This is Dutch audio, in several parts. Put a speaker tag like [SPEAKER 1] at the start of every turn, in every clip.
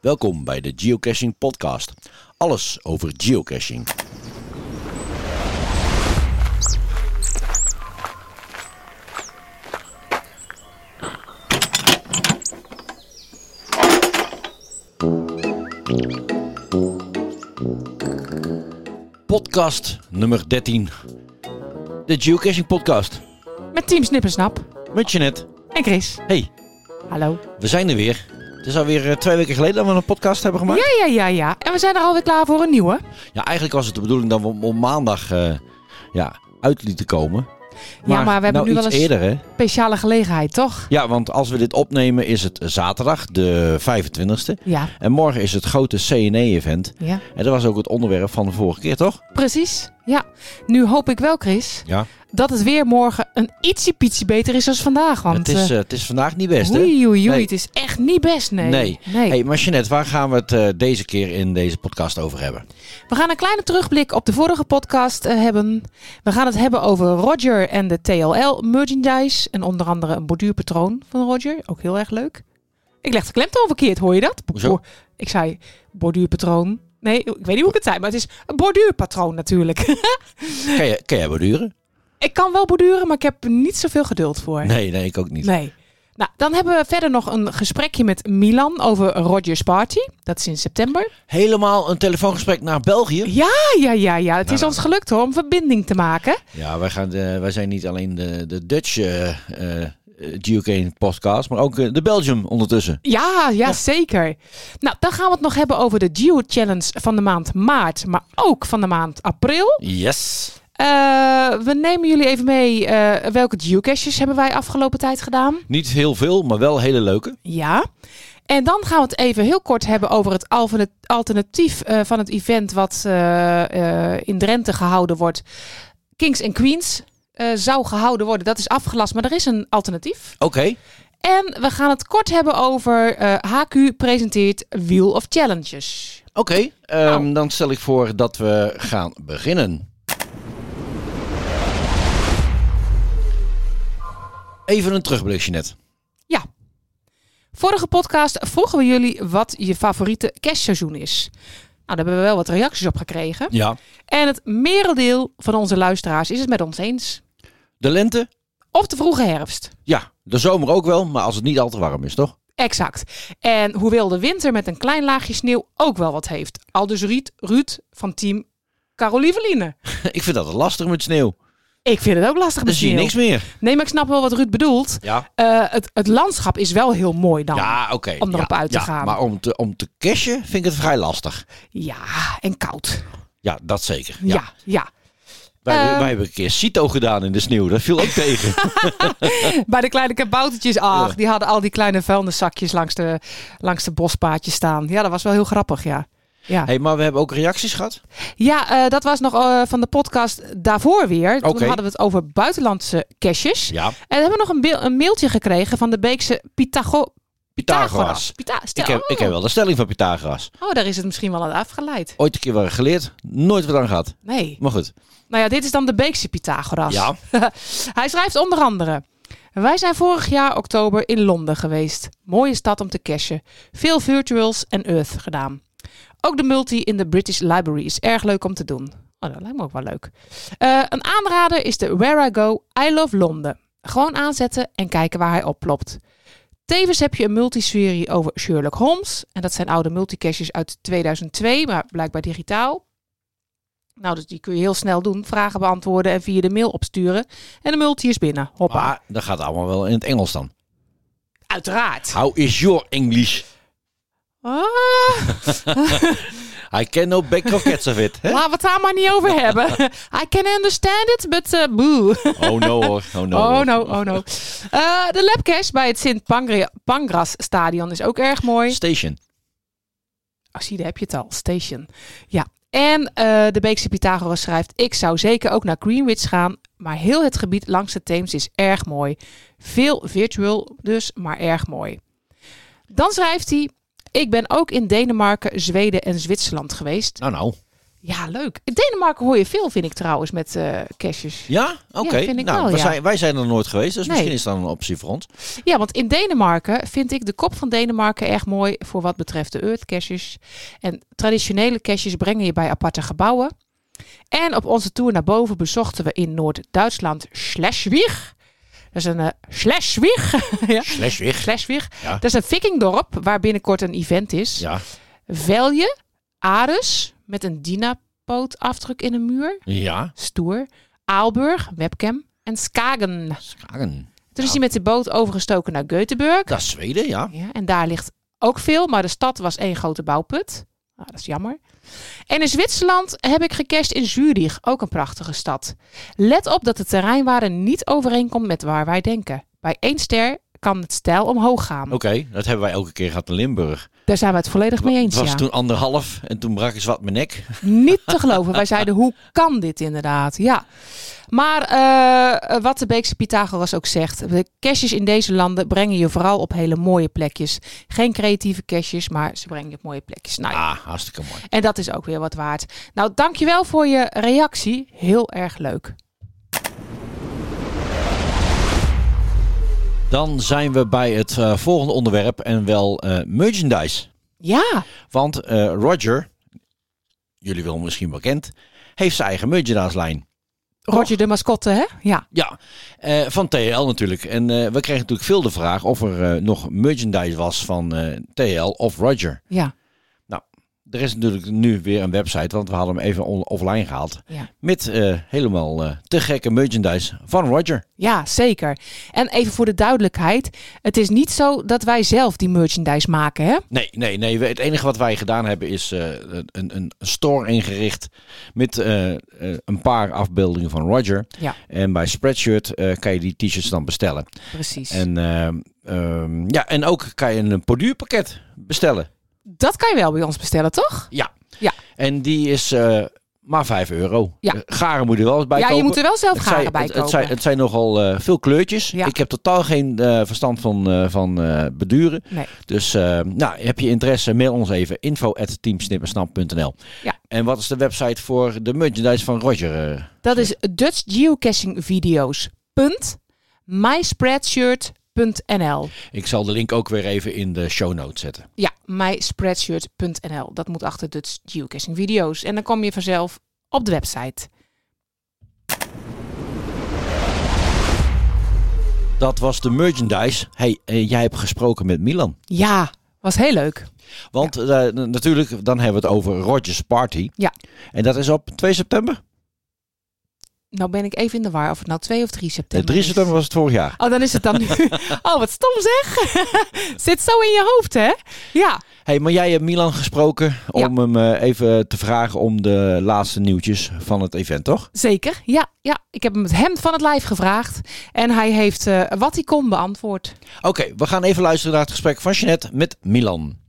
[SPEAKER 1] Welkom bij de Geocaching Podcast. Alles over geocaching. Podcast nummer 13. De Geocaching Podcast.
[SPEAKER 2] Met Team Snippersnap.
[SPEAKER 1] Met Jeanette.
[SPEAKER 2] En Chris.
[SPEAKER 1] Hey,
[SPEAKER 2] Hallo.
[SPEAKER 1] we zijn er weer. Het is alweer eh, twee weken geleden dat we een podcast hebben gemaakt.
[SPEAKER 2] Ja, ja, ja, ja. En we zijn er alweer klaar voor een nieuwe.
[SPEAKER 1] Ja, eigenlijk was het de bedoeling dat we hem op maandag eh, ja, uit lieten komen.
[SPEAKER 2] maar we hebben
[SPEAKER 1] nou
[SPEAKER 2] nu wel
[SPEAKER 1] iets
[SPEAKER 2] eens-
[SPEAKER 1] eerder, hè?
[SPEAKER 2] Speciale gelegenheid, toch?
[SPEAKER 1] Ja, want als we dit opnemen is het zaterdag, de 25e.
[SPEAKER 2] Ja.
[SPEAKER 1] En morgen is het grote CNE-event.
[SPEAKER 2] Ja.
[SPEAKER 1] En dat was ook het onderwerp van de vorige keer, toch?
[SPEAKER 2] Precies. Ja. Nu hoop ik wel, Chris,
[SPEAKER 1] Ja.
[SPEAKER 2] dat het weer morgen een ietsje pietje beter is als vandaag. Want
[SPEAKER 1] het, is,
[SPEAKER 2] eh,
[SPEAKER 1] eh, het is vandaag niet best, hè?
[SPEAKER 2] oei, oei, oei.
[SPEAKER 1] Nee.
[SPEAKER 2] Het is echt niet best, nee.
[SPEAKER 1] Nee. Hey, maar Jeanette, waar gaan we het eh, deze keer in deze podcast over hebben?
[SPEAKER 2] We gaan een kleine terugblik op de vorige podcast eh, hebben. We gaan het hebben over Roger en de TLL merchandise. En onder andere een borduurpatroon van Roger. Ook heel erg leuk. Ik leg de klemtoon verkeerd, hoor je dat? Bo-
[SPEAKER 1] Hoezo?
[SPEAKER 2] bo- Ik zei borduurpatroon. Nee, ik weet niet hoe ik het zei, maar het is een borduurpatroon natuurlijk.
[SPEAKER 1] Kan, je, kan jij borduren?
[SPEAKER 2] ik kan wel borduren, maar ik heb er niet zoveel geduld voor.
[SPEAKER 1] Nee, nee, ik ook niet.
[SPEAKER 2] Nee. Nou, dan hebben we verder nog een gesprekje met Milan over Roger's Party. Dat is in september.
[SPEAKER 1] Helemaal een telefoongesprek naar België?
[SPEAKER 2] Ah, ja, ja, ja. Het
[SPEAKER 1] Nou,
[SPEAKER 2] is ons gelukt hoor, om verbinding te maken.
[SPEAKER 1] Ja, wij, gaan de- wij zijn niet alleen de, de Dutch eh eh, Geocaching podcast, maar ook eh, de Belgium ondertussen.
[SPEAKER 2] Ja, ja, zeker. Nou, dan gaan we het nog hebben over de Geo Challenge van de maand maart, maar ook van de maand april.
[SPEAKER 1] Yes.
[SPEAKER 2] Eh, we nemen jullie even mee eh, welke geocaches hebben wij afgelopen tijd gedaan.
[SPEAKER 1] Niet heel veel, maar wel hele leuke.
[SPEAKER 2] Ja. En dan gaan we het even heel kort hebben over het alverne- alternatief eh, van het event wat eh, eh, in Drenthe gehouden wordt. Kings and Queens eh, zou gehouden worden. Dat is afgelast, maar er is een alternatief.
[SPEAKER 1] Oké.
[SPEAKER 2] En we gaan het kort hebben over eh, HQ presenteert Wheel of Challenges.
[SPEAKER 1] Oké, ehm,
[SPEAKER 2] Nou.
[SPEAKER 1] dan stel ik voor dat we gaan beginnen. Even een terugblik, Jeanette.
[SPEAKER 2] Vorige podcast vroegen we jullie wat je favoriete kerstseizoen is. Nou, daar hebben we wel wat reacties op gekregen.
[SPEAKER 1] Ja.
[SPEAKER 2] En het merendeel van onze luisteraars is het met ons eens.
[SPEAKER 1] De lente?
[SPEAKER 2] Of de vroege herfst.
[SPEAKER 1] Ja. De zomer ook wel, maar als het niet al te warm is, toch?
[SPEAKER 2] Exact. En hoewel de winter met een klein laagje sneeuw ook wel wat heeft. Al dus Ruud, Ruud van team Carolieveline.
[SPEAKER 1] ik vind dat lastig met sneeuw.
[SPEAKER 2] Ik vind het ook lastig
[SPEAKER 1] Dan
[SPEAKER 2] met
[SPEAKER 1] zie je
[SPEAKER 2] sneeuw.
[SPEAKER 1] niks meer.
[SPEAKER 2] Nee, maar ik snap wel wat Ruud bedoelt.
[SPEAKER 1] Ja.
[SPEAKER 2] Eh, het, het landschap is wel heel mooi dan.
[SPEAKER 1] Ja, oké.
[SPEAKER 2] Om erop
[SPEAKER 1] Ja,
[SPEAKER 2] uit te
[SPEAKER 1] ja,
[SPEAKER 2] gaan.
[SPEAKER 1] Maar om te, om te cashen vind ik het vrij lastig.
[SPEAKER 2] Ja, en koud.
[SPEAKER 1] Ja, dat zeker.
[SPEAKER 2] Ja, ja.
[SPEAKER 1] Wij,
[SPEAKER 2] Ehm.
[SPEAKER 1] wij hebben een keer Cito gedaan in de sneeuw. Dat viel ook tegen.
[SPEAKER 2] Bij de kleine kaboutertjes, ach,
[SPEAKER 1] Ja.
[SPEAKER 2] die hadden al die kleine vuilniszakjes langs de, langs de bospaadjes staan. Ja, dat was wel heel grappig, ja. Ja,
[SPEAKER 1] hey, maar we hebben ook reacties gehad.
[SPEAKER 2] ja eh, dat was nog eh, van de podcast daarvoor weer. Toen
[SPEAKER 1] Oké.
[SPEAKER 2] hadden we het over buitenlandse caches.
[SPEAKER 1] Ja.
[SPEAKER 2] En hebben we nog een, beel- een mailtje gekregen van de Beekse Pythago
[SPEAKER 1] Pythagoras.
[SPEAKER 2] Pytha- stel-
[SPEAKER 1] Ik heb, ik heb wel de stelling van Pythagoras.
[SPEAKER 2] oh, daar is het misschien wel aan afgeleid.
[SPEAKER 1] Ooit een keer waren geleerd, nooit wat aan gehad.
[SPEAKER 2] Nee.
[SPEAKER 1] Maar goed.
[SPEAKER 2] Nou ja, dit is dan de Beekse Pythagoras.
[SPEAKER 1] Ja.
[SPEAKER 2] Hij schrijft onder andere. Wij zijn vorig jaar oktober in Londen geweest. Mooie stad om te cashen. Veel virtuals en Earth gedaan. Ook de multi in de British Library is erg leuk om te doen. Oh, dat lijkt me ook wel leuk. Eh, een aanrader is de Where I Go, I Love Londen. Gewoon aanzetten en kijken waar hij oplopt. Tevens heb je een multiserie over Sherlock Holmes. En dat zijn oude multicaches uit 2002, maar blijkbaar digitaal. Nou, dus die kun je heel snel doen. Vragen beantwoorden en via de mail opsturen. En de multi is binnen. Hoppa.
[SPEAKER 1] Maar dat gaat allemaal wel in het Engels dan.
[SPEAKER 2] Uiteraard.
[SPEAKER 1] How is your English?
[SPEAKER 2] Ah,
[SPEAKER 1] I can no bake croquettes of it. hè?
[SPEAKER 2] laten we het daar maar niet over hebben. I can understand it, but eh, boo.
[SPEAKER 1] Oh no hoor. Oh no.
[SPEAKER 2] Oh
[SPEAKER 1] hoor.
[SPEAKER 2] no, oh no. Eh, de labcash bij het Sint Pangra- Pangras Stadion is ook erg mooi.
[SPEAKER 1] Station.
[SPEAKER 2] Oh, zie, daar heb je het al. Station. Ja. En eh, de Beekse Pythagoras schrijft... Ik zou zeker ook naar Greenwich gaan... maar heel het gebied langs de Theems is erg mooi. Veel virtual dus, maar erg mooi. Dan schrijft hij... Ik ben ook in Denemarken, Zweden en Zwitserland geweest.
[SPEAKER 1] Nou nou.
[SPEAKER 2] Ja, leuk. In Denemarken hoor je veel, vind ik trouwens, met eh caches.
[SPEAKER 1] Ja? Oké.
[SPEAKER 2] Ja, vind ik
[SPEAKER 1] nou,
[SPEAKER 2] wel,
[SPEAKER 1] wij,
[SPEAKER 2] ja.
[SPEAKER 1] zijn, wij zijn er nooit geweest, dus
[SPEAKER 2] Nee.
[SPEAKER 1] misschien is dat een optie voor ons.
[SPEAKER 2] Ja, want in Denemarken vind ik de kop van Denemarken erg mooi voor wat betreft de earth caches. En traditionele caches brengen je bij aparte gebouwen. En op onze tour naar boven bezochten we in Noord-Duitsland Schleswig. Dat is een eh, Schleswig. ja.
[SPEAKER 1] Schleswig.
[SPEAKER 2] Schleswig.
[SPEAKER 1] Ja.
[SPEAKER 2] Dat is een vikingdorp waar binnenkort een event is.
[SPEAKER 1] Ja.
[SPEAKER 2] Velje, Ares met een dinapootafdruk in een muur.
[SPEAKER 1] Ja.
[SPEAKER 2] Stoer. Aalburg, webcam. En Skagen.
[SPEAKER 1] Skagen.
[SPEAKER 2] Toen is hij met de boot overgestoken naar Göteborg.
[SPEAKER 1] Dat is Zweden, ja.
[SPEAKER 2] Ja, en daar ligt ook veel, maar de stad was één grote bouwput. Nou, dat is jammer. En in Zwitserland heb ik gecashed in Zurich, ook een prachtige stad. Let op dat de terreinwaarde niet overeenkomt met waar wij denken. Bij één ster kan het stijl omhoog gaan.
[SPEAKER 1] Oké, dat hebben wij elke keer gehad in Limburg.
[SPEAKER 2] Daar zijn we het volledig mee
[SPEAKER 1] Het
[SPEAKER 2] eens,
[SPEAKER 1] was
[SPEAKER 2] ja.
[SPEAKER 1] toen anderhalf en toen brak eens wat mijn nek.
[SPEAKER 2] Niet te geloven. Wij zeiden, hoe kan dit inderdaad? Ja. Maar eh, wat de Beekse Pythagoras ook zegt, de caches in deze landen brengen je vooral op hele mooie plekjes. Geen creatieve caches, maar ze brengen je op mooie plekjes. Nou ja.
[SPEAKER 1] Ah, hartstikke mooi.
[SPEAKER 2] En dat is ook weer wat waard. Nou, dankjewel voor je reactie. Heel erg leuk.
[SPEAKER 1] Dan zijn we bij het eh, volgende onderwerp en wel eh, merchandise.
[SPEAKER 2] Ja,
[SPEAKER 1] Want eh, Roger, jullie wel misschien bekend, heeft zijn eigen merchandise lijn.
[SPEAKER 2] Roger de mascotte, hè? Ja.
[SPEAKER 1] Ja, eh, van TL natuurlijk. En eh, we kregen natuurlijk veel de vraag of er eh, nog merchandise was van eh, TL of Roger.
[SPEAKER 2] Ja.
[SPEAKER 1] Er is natuurlijk nu weer een website, want we hadden hem even on- offline gehaald.
[SPEAKER 2] Ja.
[SPEAKER 1] Met eh, helemaal eh, te gekke merchandise van Roger.
[SPEAKER 2] Ja, zeker. En even voor de duidelijkheid. Het is niet zo dat wij zelf die merchandise maken, hè?
[SPEAKER 1] Nee, nee, nee. We- Het enige wat wij gedaan hebben is eh, een, een store ingericht met eh, eh, een paar afbeeldingen van Roger.
[SPEAKER 2] Ja.
[SPEAKER 1] En bij Spreadshirt eh, kan je die t-shirts dan bestellen.
[SPEAKER 2] Precies.
[SPEAKER 1] En, ehm, ehm, ja, en ook kan je een borduurpakket bestellen.
[SPEAKER 2] Dat kan je wel bij ons bestellen, toch?
[SPEAKER 1] Ja.
[SPEAKER 2] Ja.
[SPEAKER 1] En die is eh, maar 5 euro.
[SPEAKER 2] Ja.
[SPEAKER 1] Eh, Garen moet je wel eens bij
[SPEAKER 2] ja, je
[SPEAKER 1] kopen.
[SPEAKER 2] moet er wel zelf
[SPEAKER 1] Het zijn,
[SPEAKER 2] garen bij
[SPEAKER 1] het-
[SPEAKER 2] kopen.
[SPEAKER 1] het, zijn, het zijn nogal eh, veel kleurtjes.
[SPEAKER 2] Ja.
[SPEAKER 1] Ik heb totaal geen eh, verstand van, eh, van eh, beduren.
[SPEAKER 2] Nee.
[SPEAKER 1] Dus eh, nou, heb je interesse, mail ons even. info at teamsnippersnap.nl
[SPEAKER 2] Ja.
[SPEAKER 1] En wat is de website voor de merchandise van Roger? eh?
[SPEAKER 2] Dat is Dutch Geocaching Video's. Punt. myspreadshirt.nl.
[SPEAKER 1] ik zal de link ook weer even in de show notes zetten.
[SPEAKER 2] Ja, myspreadshirt.nl. Dat moet achter Dutch Geocaching Video's. En dan kom je vanzelf op de website.
[SPEAKER 1] Dat was de merchandise. Hey, eh, jij hebt gesproken met Milan.
[SPEAKER 2] Ja, was heel leuk.
[SPEAKER 1] Want eh, n- natuurlijk, dan hebben we het over Roger's Party.
[SPEAKER 2] Ja.
[SPEAKER 1] En dat is op 2 september?
[SPEAKER 2] Nou ben ik even in de war of het nou 2 of 3
[SPEAKER 1] Eh,
[SPEAKER 2] september
[SPEAKER 1] 3
[SPEAKER 2] is.
[SPEAKER 1] september was het vorig jaar.
[SPEAKER 2] Oh, dan is het dan nu. Oh, wat stom zeg. Zit zo in je hoofd, hè? Ja.
[SPEAKER 1] Hey, maar jij hebt Milan gesproken om hem eh, even te vragen om de laatste nieuwtjes van het event, toch?
[SPEAKER 2] Zeker, ja, ja. Ik heb hem het hemd van het lijf gevraagd. En hij heeft eh, wat hij kon beantwoord.
[SPEAKER 1] Oké, we gaan even luisteren naar het gesprek van Jeanette met Milan.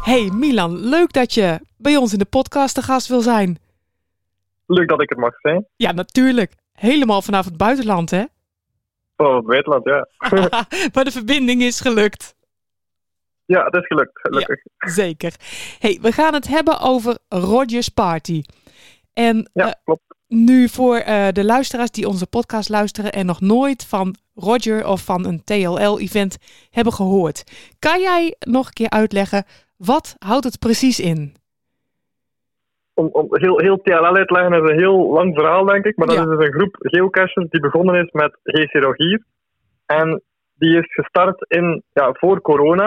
[SPEAKER 2] Hey Milan, leuk dat je bij ons in de podcast de gast wil zijn.
[SPEAKER 3] Leuk dat ik het mag zijn.
[SPEAKER 2] Ja, natuurlijk. Helemaal vanaf het buitenland, hè?
[SPEAKER 3] Van het buitenland, ja.
[SPEAKER 2] maar de verbinding is gelukt.
[SPEAKER 3] Ja, het is gelukt, gelukkig.
[SPEAKER 2] Zeker. Hey, we gaan het hebben over Rogers Party. En
[SPEAKER 3] Ja,
[SPEAKER 2] eh,
[SPEAKER 3] klopt.
[SPEAKER 2] nu voor eh, de luisteraars die onze podcast luisteren en nog nooit van Roger of van een TLL-event hebben gehoord. Kan jij nog een keer uitleggen, wat houdt het precies in?
[SPEAKER 3] Om, om heel, heel TLL uitleggen is een heel lang verhaal, denk ik. Maar dat
[SPEAKER 2] Ja.
[SPEAKER 3] is dus een groep geocachers die begonnen is met GC Rogier. En die is gestart in, ja, voor corona.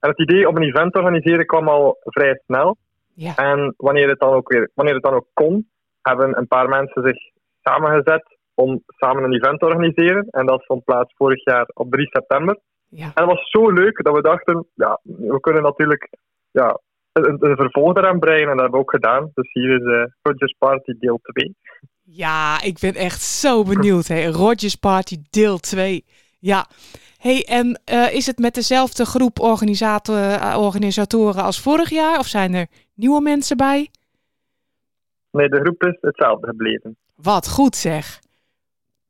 [SPEAKER 3] En het idee om een event te organiseren kwam al vrij snel.
[SPEAKER 2] Ja.
[SPEAKER 3] En wanneer het dan ook, weer, wanneer het dan ook kon, hebben een paar mensen zich samengezet om samen een event te organiseren. En dat vond plaats vorig jaar op 3 september.
[SPEAKER 2] Ja,
[SPEAKER 3] En dat was zo leuk dat we dachten, ja, we kunnen natuurlijk ja, een, een vervolg eraan brengen. En dat hebben we ook gedaan. Dus hier is eh Rogers Party deel 2.
[SPEAKER 2] ja ik ben echt zo benieuwd. Hey. Rogers Party deel 2. Ja. Hey, en eh, is het met dezelfde groep organisato- eh, organisatoren als vorig jaar? Of zijn er nieuwe mensen bij?
[SPEAKER 3] Nee, de groep is hetzelfde gebleven.
[SPEAKER 2] Wat goed zeg.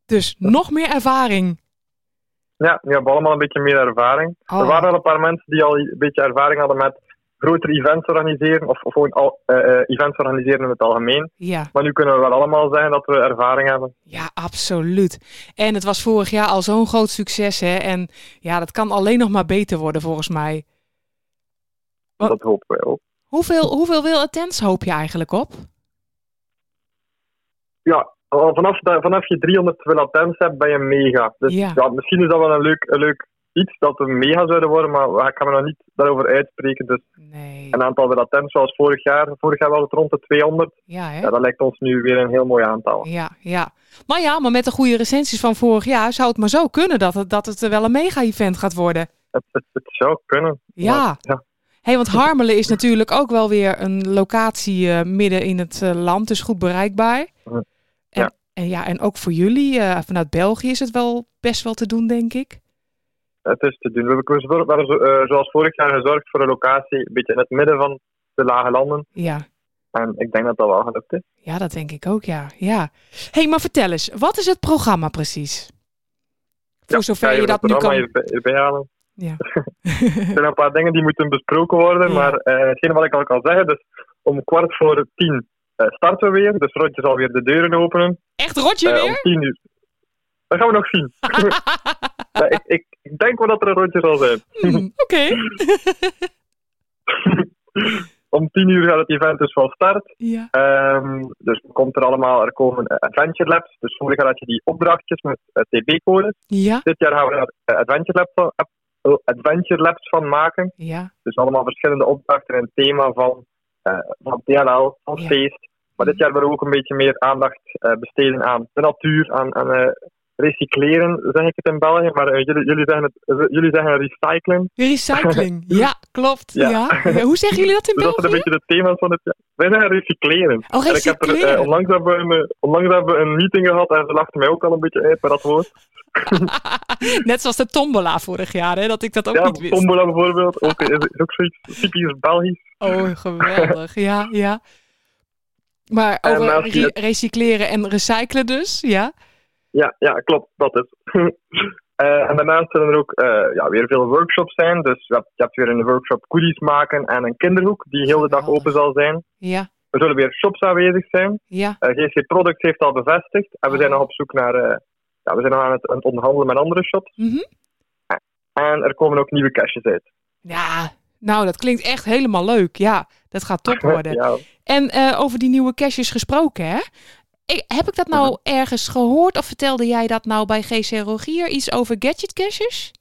[SPEAKER 2] Dus nog meer ervaring.
[SPEAKER 3] Ja, nu hebben we allemaal een beetje meer ervaring.
[SPEAKER 2] Oh.
[SPEAKER 3] Er waren al een paar mensen die al een beetje ervaring hadden met grotere events organiseren, of, of gewoon al, eh, eh, events organiseren in het algemeen.
[SPEAKER 2] Ja.
[SPEAKER 3] Maar nu kunnen we wel allemaal zeggen dat we ervaring hebben.
[SPEAKER 2] ja, absoluut. En het was vorig jaar al zo'n groot succes. Hè? En ja, dat kan alleen nog maar beter worden volgens mij. Wat-
[SPEAKER 3] Dat hopen wij ook.
[SPEAKER 2] Hoeveel, hoeveel wil attends hoop je eigenlijk op?
[SPEAKER 3] Ja, al vanaf, de- vanaf je 300 wil attends hebt, ben je mega. Dus
[SPEAKER 2] Ja.
[SPEAKER 3] ja. misschien is dat wel een leuk, een leuk iets dat we mega zouden worden, maar we- ik kan me nog niet daarover uitspreken. Dus
[SPEAKER 2] Nee.
[SPEAKER 3] een aantal wil attends zoals vorig jaar. Vorig jaar was het rond de 200.
[SPEAKER 2] Ja, hè?
[SPEAKER 3] Ja, dat lijkt ons nu weer een heel mooi aantal.
[SPEAKER 2] Ja, ja. Maar ja, maar met de goede recensies van vorig jaar zou het maar zo kunnen dat het, dat het wel een mega-event gaat worden.
[SPEAKER 3] Het, het, het zou kunnen.
[SPEAKER 2] Ja.
[SPEAKER 3] Ja.
[SPEAKER 2] Hé, want Harmelen is natuurlijk ook wel weer een locatie eh, midden in het eh, land, dus goed bereikbaar.
[SPEAKER 3] Ja.
[SPEAKER 2] En, en ja, en ook voor jullie, eh, vanuit België is het wel best wel te doen, denk ik.
[SPEAKER 3] Het is te doen. We hebben gezor- we hebben zo- eh, zoals vorig jaar gezorgd voor een locatie een beetje in het midden van de lage landen.
[SPEAKER 2] Ja,
[SPEAKER 3] En ik denk dat dat wel gelukt is.
[SPEAKER 2] ja dat denk ik ook, ja. ja. Hé, maar vertel eens, wat is het programma precies? Voor zover
[SPEAKER 3] Ga
[SPEAKER 2] je
[SPEAKER 3] even
[SPEAKER 2] dat
[SPEAKER 3] het
[SPEAKER 2] nu
[SPEAKER 3] programma
[SPEAKER 2] kan...
[SPEAKER 3] Even, even bijhalen.
[SPEAKER 2] Ja.
[SPEAKER 3] Er zijn een paar dingen die moeten besproken worden,
[SPEAKER 2] Ja.
[SPEAKER 3] maar eh, hetgeen wat ik al kan zeggen, dus om kwart voor tien eh, starten we weer. Dus Rotje zal weer de deuren openen.
[SPEAKER 2] Echt rotje
[SPEAKER 3] Eh, om
[SPEAKER 2] weer?
[SPEAKER 3] tien uur. Dat gaan we nog zien. Maar ik, ik, ik denk wel dat er een rondje zal zijn.
[SPEAKER 2] Hmm, Oké.
[SPEAKER 3] Om tien uur gaat het event dus van start.
[SPEAKER 2] Ja.
[SPEAKER 3] Ehm, dus komt er allemaal, er komen eh, Adventure Labs. Dus vorig jaar had je die opdrachtjes met eh, TB-codes.
[SPEAKER 2] Ja.
[SPEAKER 3] Dit jaar gaan we daar eh, Adventure, Lab van, app- oh, Adventure Labs van maken.
[SPEAKER 2] Ja.
[SPEAKER 3] Dus allemaal verschillende opdrachten en thema van, eh, van TLL, van
[SPEAKER 2] Ja.
[SPEAKER 3] feest. Maar dit jaar willen we ook een beetje meer aandacht eh, besteden aan de natuur, aan, aan eh, recycleren, zeg ik het in België. Maar eh, jullie, jullie, zeggen het, jullie zeggen recyclen.
[SPEAKER 2] Recycling. Ja, klopt. Ja.
[SPEAKER 3] Ja.
[SPEAKER 2] Ja, Hoe zeggen jullie dat in
[SPEAKER 3] Dus dat zijn
[SPEAKER 2] België?
[SPEAKER 3] een beetje de thema's van het jaar. Wij zeggen recycleren.
[SPEAKER 2] Oh,
[SPEAKER 3] En ik heb er,
[SPEAKER 2] recycleren.
[SPEAKER 3] eh, onlangs, hebben we een, eh, onlangs hebben we een meeting gehad en ze lachten mij ook al een beetje uit bij dat woord.
[SPEAKER 2] Net zoals de tombola vorig jaar, hè, dat ik dat ook
[SPEAKER 3] ja,
[SPEAKER 2] niet wist.
[SPEAKER 3] tombola bijvoorbeeld, ook, eh, is, is ook zoiets typisch Belgisch.
[SPEAKER 2] Oh, geweldig. Ja, ja. Maar
[SPEAKER 3] En nou,
[SPEAKER 2] over
[SPEAKER 3] naast die-
[SPEAKER 2] re- recycleren en recyclen dus, ja.
[SPEAKER 3] Ja, ja klopt, dat is. Eh, en daarnaast zullen er ook eh, ja, weer veel workshops zijn. Dus je hebt, je hebt weer een workshop goodies maken en een kinderhoek die heel de dag
[SPEAKER 2] Geweldig.
[SPEAKER 3] open zal zijn.
[SPEAKER 2] Ja,
[SPEAKER 3] Er zullen weer shops aanwezig zijn.
[SPEAKER 2] ja.
[SPEAKER 3] Eh GC Products heeft al bevestigd. En we
[SPEAKER 2] Oh.
[SPEAKER 3] zijn nog op zoek naar... eh, ja, we zijn nog aan het, aan het onderhandelen met andere shops. Eh,
[SPEAKER 2] Mhm.
[SPEAKER 3] En er komen ook nieuwe caches uit.
[SPEAKER 2] Ja, nou, dat klinkt echt helemaal leuk. Ja, dat gaat top worden.
[SPEAKER 3] Ja,
[SPEAKER 2] En eh, over die nieuwe caches gesproken, hè. Ik- heb ik dat nou ergens gehoord of vertelde jij dat nou bij GC Rogier iets over gadget caches?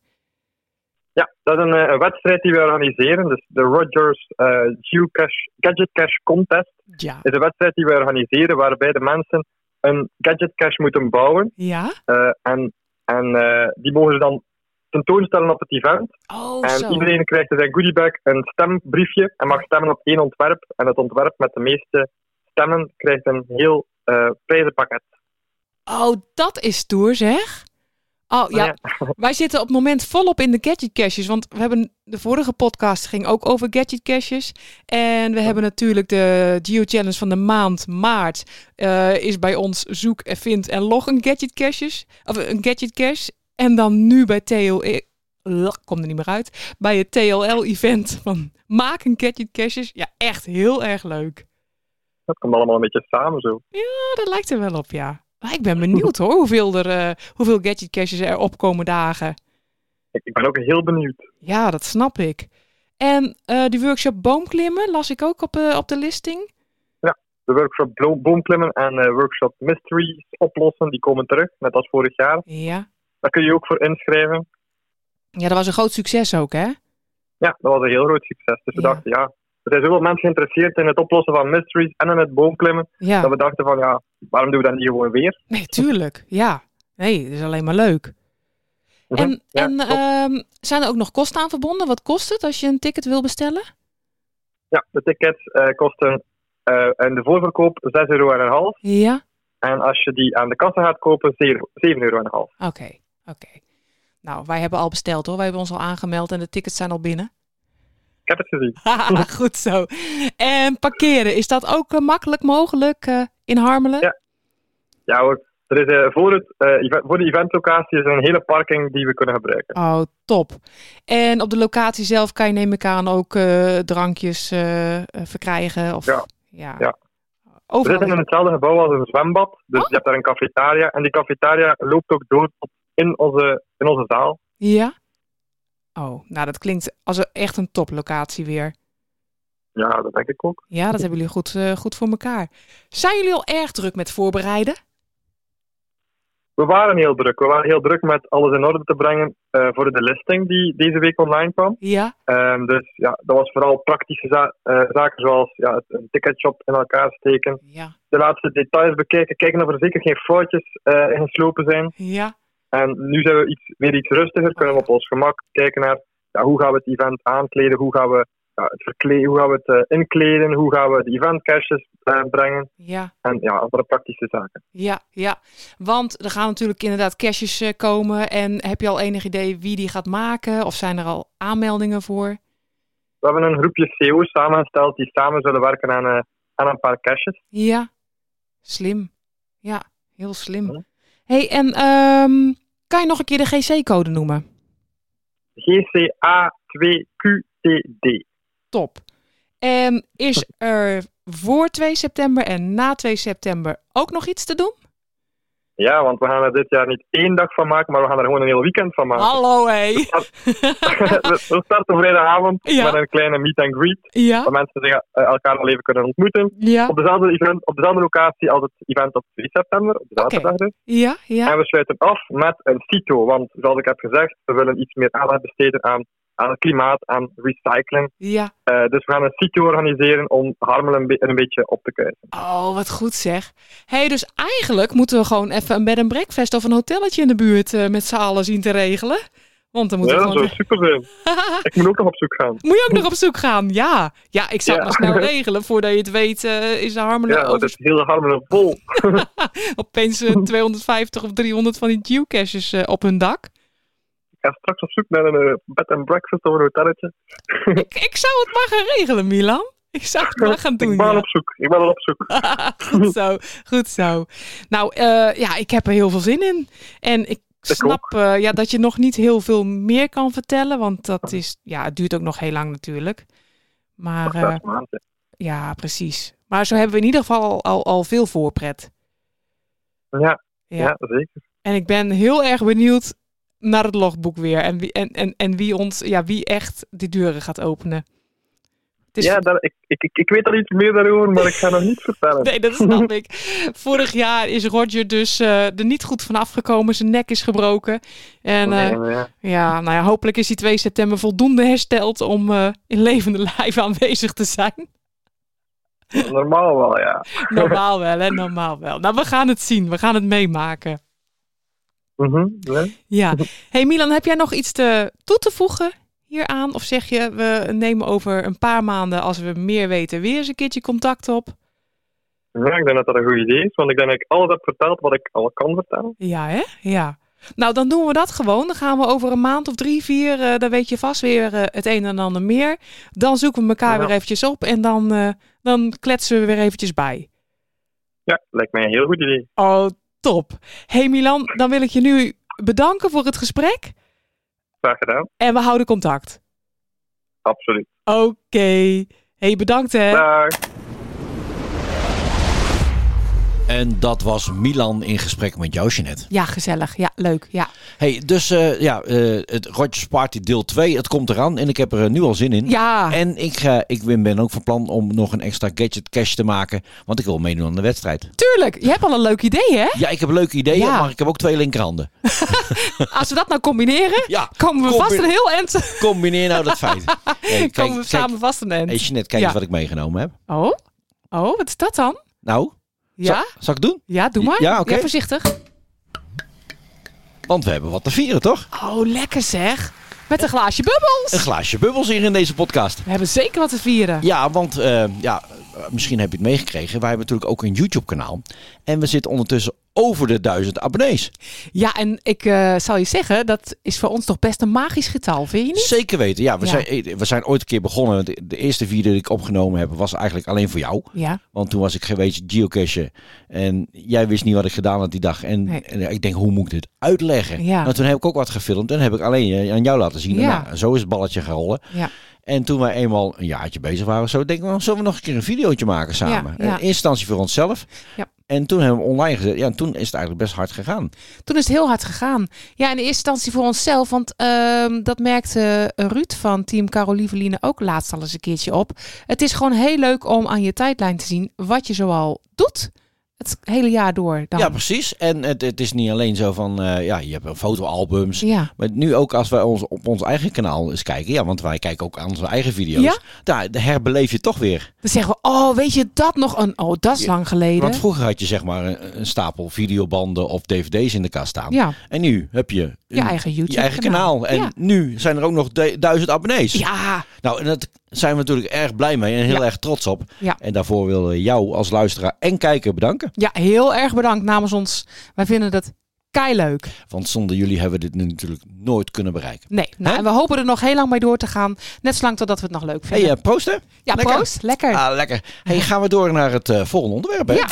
[SPEAKER 3] Ja, dat is een, eh, een wedstrijd die we organiseren. Dus de Rogers eh, Geocache, Gadget Cache Contest
[SPEAKER 2] Ja.
[SPEAKER 3] is een wedstrijd die we organiseren waarbij de mensen een gadget cache moeten bouwen.
[SPEAKER 2] Ja?
[SPEAKER 3] eh, en en eh, die mogen ze dan tentoonstellen op het event.
[SPEAKER 2] Oh,
[SPEAKER 3] en
[SPEAKER 2] zo.
[SPEAKER 3] iedereen krijgt in zijn goodiebag een stembriefje en mag stemmen op één ontwerp. En het ontwerp met de meeste stemmen krijgt een heel eh, prijzenpakket.
[SPEAKER 2] Oh, dat is stoer, zeg. Oh
[SPEAKER 3] Nou
[SPEAKER 2] ja, wij zitten op het moment volop in de gadget caches. Want we hebben de vorige podcast ging ook over gadget caches. En we hebben natuurlijk de Geo Challenge van de maand maart. eh, is bij ons zoek, eh, vind en log een gadget caches. Of een gadget cache. En dan nu bij TL. Kom er niet meer uit. Bij het TLL-event van maak een gadget caches. Ja, echt heel erg leuk.
[SPEAKER 3] Dat komt allemaal een beetje samen zo.
[SPEAKER 2] Ja, Oh, dat lijkt er wel op, ja. Maar ik ben benieuwd hoor, hoeveel, er, eh, hoeveel gadget caches er opkomen dagen.
[SPEAKER 3] Ik, ik ben ook heel benieuwd.
[SPEAKER 2] Ja, dat snap ik. En eh, die workshop boomklimmen las ik ook op, eh, op de listing.
[SPEAKER 3] De workshop blo- boomklimmen en eh, workshop mysteries oplossen, die komen terug, net als vorig jaar.
[SPEAKER 2] Ja.
[SPEAKER 3] Daar kun je je ook voor inschrijven.
[SPEAKER 2] Ja, dat was een groot succes ook, hè?
[SPEAKER 3] Ja, dat was een heel groot succes. Dus we
[SPEAKER 2] Ja.
[SPEAKER 3] dachten, ja, er zijn zoveel mensen geïnteresseerd in het oplossen van mysteries en in het boomklimmen, dat
[SPEAKER 2] Ja,
[SPEAKER 3] we dachten van, ja, waarom doen we dat niet gewoon weer?
[SPEAKER 2] nee, tuurlijk. Ja. Nee, dat is alleen maar leuk.
[SPEAKER 3] Mhm.
[SPEAKER 2] En,
[SPEAKER 3] Ja,
[SPEAKER 2] en
[SPEAKER 3] klopt.
[SPEAKER 2] ehm, zijn er ook nog kosten aan verbonden? Wat kost het als je een ticket wil bestellen?
[SPEAKER 3] Ja, de tickets eh, kosten eh in de voorverkoop 6,5 euro.
[SPEAKER 2] Ja.
[SPEAKER 3] En als je die aan de kassa gaat kopen, 7,5 euro.
[SPEAKER 2] Oké, oké. Nou, wij hebben al besteld hoor. Wij hebben ons al aangemeld en de tickets zijn al binnen.
[SPEAKER 3] Ik heb het gezien.
[SPEAKER 2] Haha, Goed zo. En parkeren, is dat ook eh, makkelijk mogelijk eh, in Harmelen?
[SPEAKER 3] Ja. Ja hoor, Er is, eh, voor, het, eh, event- voor de eventlocatie is er een hele parking die we kunnen gebruiken.
[SPEAKER 2] Oh, top. En op de locatie zelf kan je neem ik aan ook eh, drankjes eh, eh, verkrijgen? Of,
[SPEAKER 3] Ja.
[SPEAKER 2] ja.
[SPEAKER 3] Ja. We
[SPEAKER 2] Overal.
[SPEAKER 3] zitten in hetzelfde gebouw als een zwembad, dus
[SPEAKER 2] Oh.
[SPEAKER 3] je hebt daar een cafetaria. En die cafetaria loopt ook door tot in onze, in onze zaal.
[SPEAKER 2] Ja? Oh, nou dat klinkt als een- echt een toplocatie weer.
[SPEAKER 3] Ja, dat denk ik ook.
[SPEAKER 2] Ja, dat hebben jullie goed, eh, goed voor elkaar. Zijn jullie al erg druk met voorbereiden?
[SPEAKER 3] We waren heel druk. We waren heel druk met alles in orde te brengen eh, voor de listing die deze week online kwam.
[SPEAKER 2] Ja?
[SPEAKER 3] Ehm, dus ja, dat was vooral praktische za- eh, zaken zoals ja, een ticketshop in elkaar steken,
[SPEAKER 2] Ja.
[SPEAKER 3] de laatste details bekijken, kijken of er zeker geen foutjes eh, in geslopen zijn.
[SPEAKER 2] Ja?
[SPEAKER 3] En nu zijn we iets, weer iets rustiger, kunnen we op ons gemak kijken naar ja, hoe gaan we het event aankleden, hoe gaan we, ja, het, verkle- hoe gaan we het eh, inkleden, hoe gaan we de eventcaches eh, brengen
[SPEAKER 2] Ja?
[SPEAKER 3] en ja, andere praktische zaken.
[SPEAKER 2] Ja, ja. Want er gaan natuurlijk inderdaad cashjes eh, komen. En heb je al enig idee wie die gaat maken? Of zijn er al aanmeldingen voor?
[SPEAKER 3] We hebben een groepje CEO's samengesteld die samen zullen werken aan, eh, aan een paar caches.
[SPEAKER 2] Ja, slim. Ja, heel slim.
[SPEAKER 3] Ja.
[SPEAKER 2] hey, en ehm, kan je nog een keer de GC-code noemen?
[SPEAKER 3] GCA2QTD.
[SPEAKER 2] Top. En is er voor 2 september en na 2 september ook nog iets te doen?
[SPEAKER 3] Ja, want we gaan er dit jaar niet één dag van maken, maar we gaan er gewoon een heel weekend van maken.
[SPEAKER 2] Hallo, hé.
[SPEAKER 3] we we starten vrijdagavond
[SPEAKER 2] Ja.
[SPEAKER 3] met een kleine meet and greet,
[SPEAKER 2] Ja,
[SPEAKER 3] waar mensen zich, eh, elkaar al even kunnen ontmoeten.
[SPEAKER 2] ja,
[SPEAKER 3] op dezelfde, event, op dezelfde locatie als het event op 3 september, op de
[SPEAKER 2] Oké.
[SPEAKER 3] zaterdag dus.
[SPEAKER 2] ja, ja.
[SPEAKER 3] En we sluiten af met een CITO, want zoals ik heb gezegd, we willen iets meer aandacht besteden aan, aan het klimaat, aan recycling.
[SPEAKER 2] Ja.
[SPEAKER 3] Eh, dus we gaan een CITO organiseren om Harmelen een, be- een beetje op te krijgen.
[SPEAKER 2] Oh, wat goed zeg. Hé, hey, dus eigenlijk moeten we gewoon even een bed and breakfast of een hotelletje in de buurt eh, met z'n allen zien te regelen. Want dan moet
[SPEAKER 3] Ja,
[SPEAKER 2] we
[SPEAKER 3] dat zou
[SPEAKER 2] gewoon...
[SPEAKER 3] super zijn. ik moet ook nog op zoek gaan.
[SPEAKER 2] Moet je ook nog op zoek gaan? Ja. Ja, ik zou het
[SPEAKER 3] Ja.
[SPEAKER 2] maar snel regelen. Voordat je het weet eh, is de Harmelen
[SPEAKER 3] Ja, want
[SPEAKER 2] over...
[SPEAKER 3] het is heel Harmelen vol.
[SPEAKER 2] opeens eh, 250 of 300 van die geocaches eh, op hun dak.
[SPEAKER 3] Ik ga straks op zoek naar een eh, bed and breakfast of een hotelletje.
[SPEAKER 2] ik, ik zou het maar gaan regelen, Milan. Ik zou het maar gaan doen.
[SPEAKER 3] ik ben
[SPEAKER 2] ja.
[SPEAKER 3] al op zoek. Ik ben al op zoek.
[SPEAKER 2] goed zo, goed zo. Nou, eh, ja, ik heb er heel veel zin in. En ik snap eh, ja, dat je nog niet heel veel meer kan vertellen, want dat is, ja, het duurt ook nog heel lang natuurlijk. Maar eh,
[SPEAKER 3] Zes maanden.
[SPEAKER 2] ja, precies. Maar zo hebben we in ieder geval al, al, al veel voorpret.
[SPEAKER 3] Ja,
[SPEAKER 2] Ja.
[SPEAKER 3] ja. zeker.
[SPEAKER 2] En ik ben heel erg benieuwd naar het logboek weer en wie, en, en, en wie, ons, ja, wie echt die deuren gaat openen. Het is
[SPEAKER 3] Ja, daar- ik, ik, ik- ik weet al iets meer daarover, maar ik ga nog niet vertellen.
[SPEAKER 2] Nee, dat snap ik. Vorig jaar is Roger dus eh, er niet goed van afgekomen. Zijn nek is gebroken. En eh,
[SPEAKER 3] Oh, Nee, ja.
[SPEAKER 2] ja, nou ja, hopelijk is hij 2 september voldoende hersteld om eh, in levende lijf aanwezig te zijn.
[SPEAKER 3] Normaal wel, ja.
[SPEAKER 2] Normaal wel, hè? Normaal wel. Nou, we gaan het zien. We gaan het meemaken.
[SPEAKER 3] Mhm, ja.
[SPEAKER 2] Ja. Hey Milan, heb jij nog iets te, toe te voegen hieraan? Of zeg je, we nemen over een paar maanden, als we meer weten, weer eens een keertje contact op?
[SPEAKER 3] Ja, ik denk dat dat een goed idee is, want ik denk dat ik alles heb verteld wat ik al kan vertellen.
[SPEAKER 2] Ja, hè? Ja. Nou, dan doen we dat gewoon. Dan gaan we over een maand of drie, vier, eh, dan weet je vast weer eh, het een en ander meer. Dan zoeken we elkaar
[SPEAKER 3] Ja.
[SPEAKER 2] weer eventjes op en dan, eh, dan kletsen we weer eventjes bij.
[SPEAKER 3] Ja, lijkt mij een heel goed idee.
[SPEAKER 2] Oh, top. Hey Milan, dan wil ik je nu bedanken voor het gesprek
[SPEAKER 3] Graag gedaan.
[SPEAKER 2] en we houden contact.
[SPEAKER 3] Absoluut.
[SPEAKER 2] Oké. Hey, bedankt hè.
[SPEAKER 3] Dag.
[SPEAKER 1] En dat was Milan in gesprek met jou, Jeanette.
[SPEAKER 2] Ja, gezellig. Ja, leuk. Ja,
[SPEAKER 1] Hey, dus eh, ja, eh, het Rogers Party deel 2, het komt eraan en ik heb er eh, nu al zin in.
[SPEAKER 2] ja.
[SPEAKER 1] En ik, eh, ik ben- ben ook van plan om nog een extra gadget cash te maken, want ik wil meedoen aan de wedstrijd.
[SPEAKER 2] tuurlijk. Je hebt al een leuk idee hè.
[SPEAKER 1] Ja, ik heb leuke ideeën,
[SPEAKER 2] Ja.
[SPEAKER 1] maar ik heb ook twee linkerhanden.
[SPEAKER 2] Als we dat nou combineren,
[SPEAKER 1] Ja,
[SPEAKER 2] komen we
[SPEAKER 1] Combi-
[SPEAKER 2] vast een heel eind.
[SPEAKER 1] combineer nou dat feit. Hey, kijk,
[SPEAKER 2] Komen we
[SPEAKER 1] kijk,
[SPEAKER 2] samen vast een
[SPEAKER 1] hey,
[SPEAKER 2] eind.
[SPEAKER 1] Jeanette, kijk
[SPEAKER 2] Ja.
[SPEAKER 1] eens wat ik meegenomen heb.
[SPEAKER 2] Oh, oh, wat is dat dan?
[SPEAKER 1] Nou,
[SPEAKER 2] Ja,
[SPEAKER 1] zal, zal ik doen?
[SPEAKER 2] ja, doe maar.
[SPEAKER 1] Ja, oké.
[SPEAKER 2] voorzichtig.
[SPEAKER 1] Want we hebben wat te vieren, toch?
[SPEAKER 2] Oh, lekker zeg. Met een glaasje bubbels.
[SPEAKER 1] Een glaasje bubbels hier in deze podcast.
[SPEAKER 2] We hebben zeker wat te vieren.
[SPEAKER 1] Ja, want eh, ja, eh, misschien heb je het meegekregen. Wij hebben natuurlijk ook een YouTube-kanaal. En we zitten ondertussen over de duizend abonnees.
[SPEAKER 2] Ja, en ik eh, zal je zeggen, dat is voor ons toch best een magisch getal, vind je niet?
[SPEAKER 1] Zeker weten. Ja, we,
[SPEAKER 2] Ja.
[SPEAKER 1] Zijn, eh, we zijn ooit een keer begonnen. want De eerste video die ik opgenomen heb, was eigenlijk alleen voor jou.
[SPEAKER 2] Ja,
[SPEAKER 1] Want toen was ik geweest geocachen. En jij wist niet wat ik gedaan had die dag. En,
[SPEAKER 2] Nee.
[SPEAKER 1] en eh, ik denk, hoe moet ik dit uitleggen?
[SPEAKER 2] Ja.
[SPEAKER 1] Nou, toen heb ik ook wat gefilmd. En heb ik alleen eh, aan jou laten zien. En
[SPEAKER 2] Ja.
[SPEAKER 1] nou, zo is het balletje gaan rollen.
[SPEAKER 2] ja.
[SPEAKER 1] En toen wij eenmaal een jaartje bezig waren, zo denken we, zullen we nog een keer een videootje maken samen?
[SPEAKER 2] Ja, ja.
[SPEAKER 1] In eerste instantie voor onszelf.
[SPEAKER 2] Ja.
[SPEAKER 1] En toen hebben we online gezet. Ja, en toen is het eigenlijk best hard gegaan.
[SPEAKER 2] Toen is het heel hard gegaan. Ja, in de eerste instantie voor onszelf. Want ehm, dat merkte eh, Ruud van Team Carolieveline ook laatst al eens een keertje op. Het is gewoon heel leuk om aan je tijdlijn te zien wat je zoal doet. Het hele jaar door dan.
[SPEAKER 1] Ja, precies. En het, het is niet alleen zo van, eh, ja, je hebt een fotoalbums.
[SPEAKER 2] Ja.
[SPEAKER 1] Maar nu ook als wij ons op ons eigen kanaal eens kijken. Ja, want wij kijken ook aan onze eigen video's.
[SPEAKER 2] Ja?
[SPEAKER 1] Daar herbeleef je toch weer.
[SPEAKER 2] Dan zeggen we, oh, weet je dat nog? Een, oh, dat is
[SPEAKER 1] Ja,
[SPEAKER 2] lang geleden.
[SPEAKER 1] Want vroeger had je zeg maar een, een stapel videobanden of dvd's in de kast staan.
[SPEAKER 2] Ja,
[SPEAKER 1] En nu heb je een-
[SPEAKER 2] je eigen YouTube
[SPEAKER 1] je eigen kanaal. En
[SPEAKER 2] Ja.
[SPEAKER 1] nu zijn er ook nog du- duizend abonnees.
[SPEAKER 2] ja,
[SPEAKER 1] Nou, en daar zijn we natuurlijk erg blij mee en heel
[SPEAKER 2] Ja.
[SPEAKER 1] erg trots op.
[SPEAKER 2] Ja.
[SPEAKER 1] En daarvoor willen we jou als luisteraar en kijker bedanken.
[SPEAKER 2] ja, heel erg bedankt namens ons. Wij vinden dat leuk.
[SPEAKER 1] Want zonder jullie hebben we dit nu natuurlijk nooit kunnen bereiken.
[SPEAKER 2] Nee, nou,
[SPEAKER 1] Hè?
[SPEAKER 2] en we hopen er nog heel lang mee door te gaan. Net zolang totdat we het nog leuk
[SPEAKER 1] Hé, hey,
[SPEAKER 2] vinden.
[SPEAKER 1] eh, proost hè?
[SPEAKER 2] ja,
[SPEAKER 1] lekker.
[SPEAKER 2] proost. Lekker.
[SPEAKER 1] Ah, lekker. hey, gaan we door naar het eh, volgende onderwerp hè?
[SPEAKER 2] ja.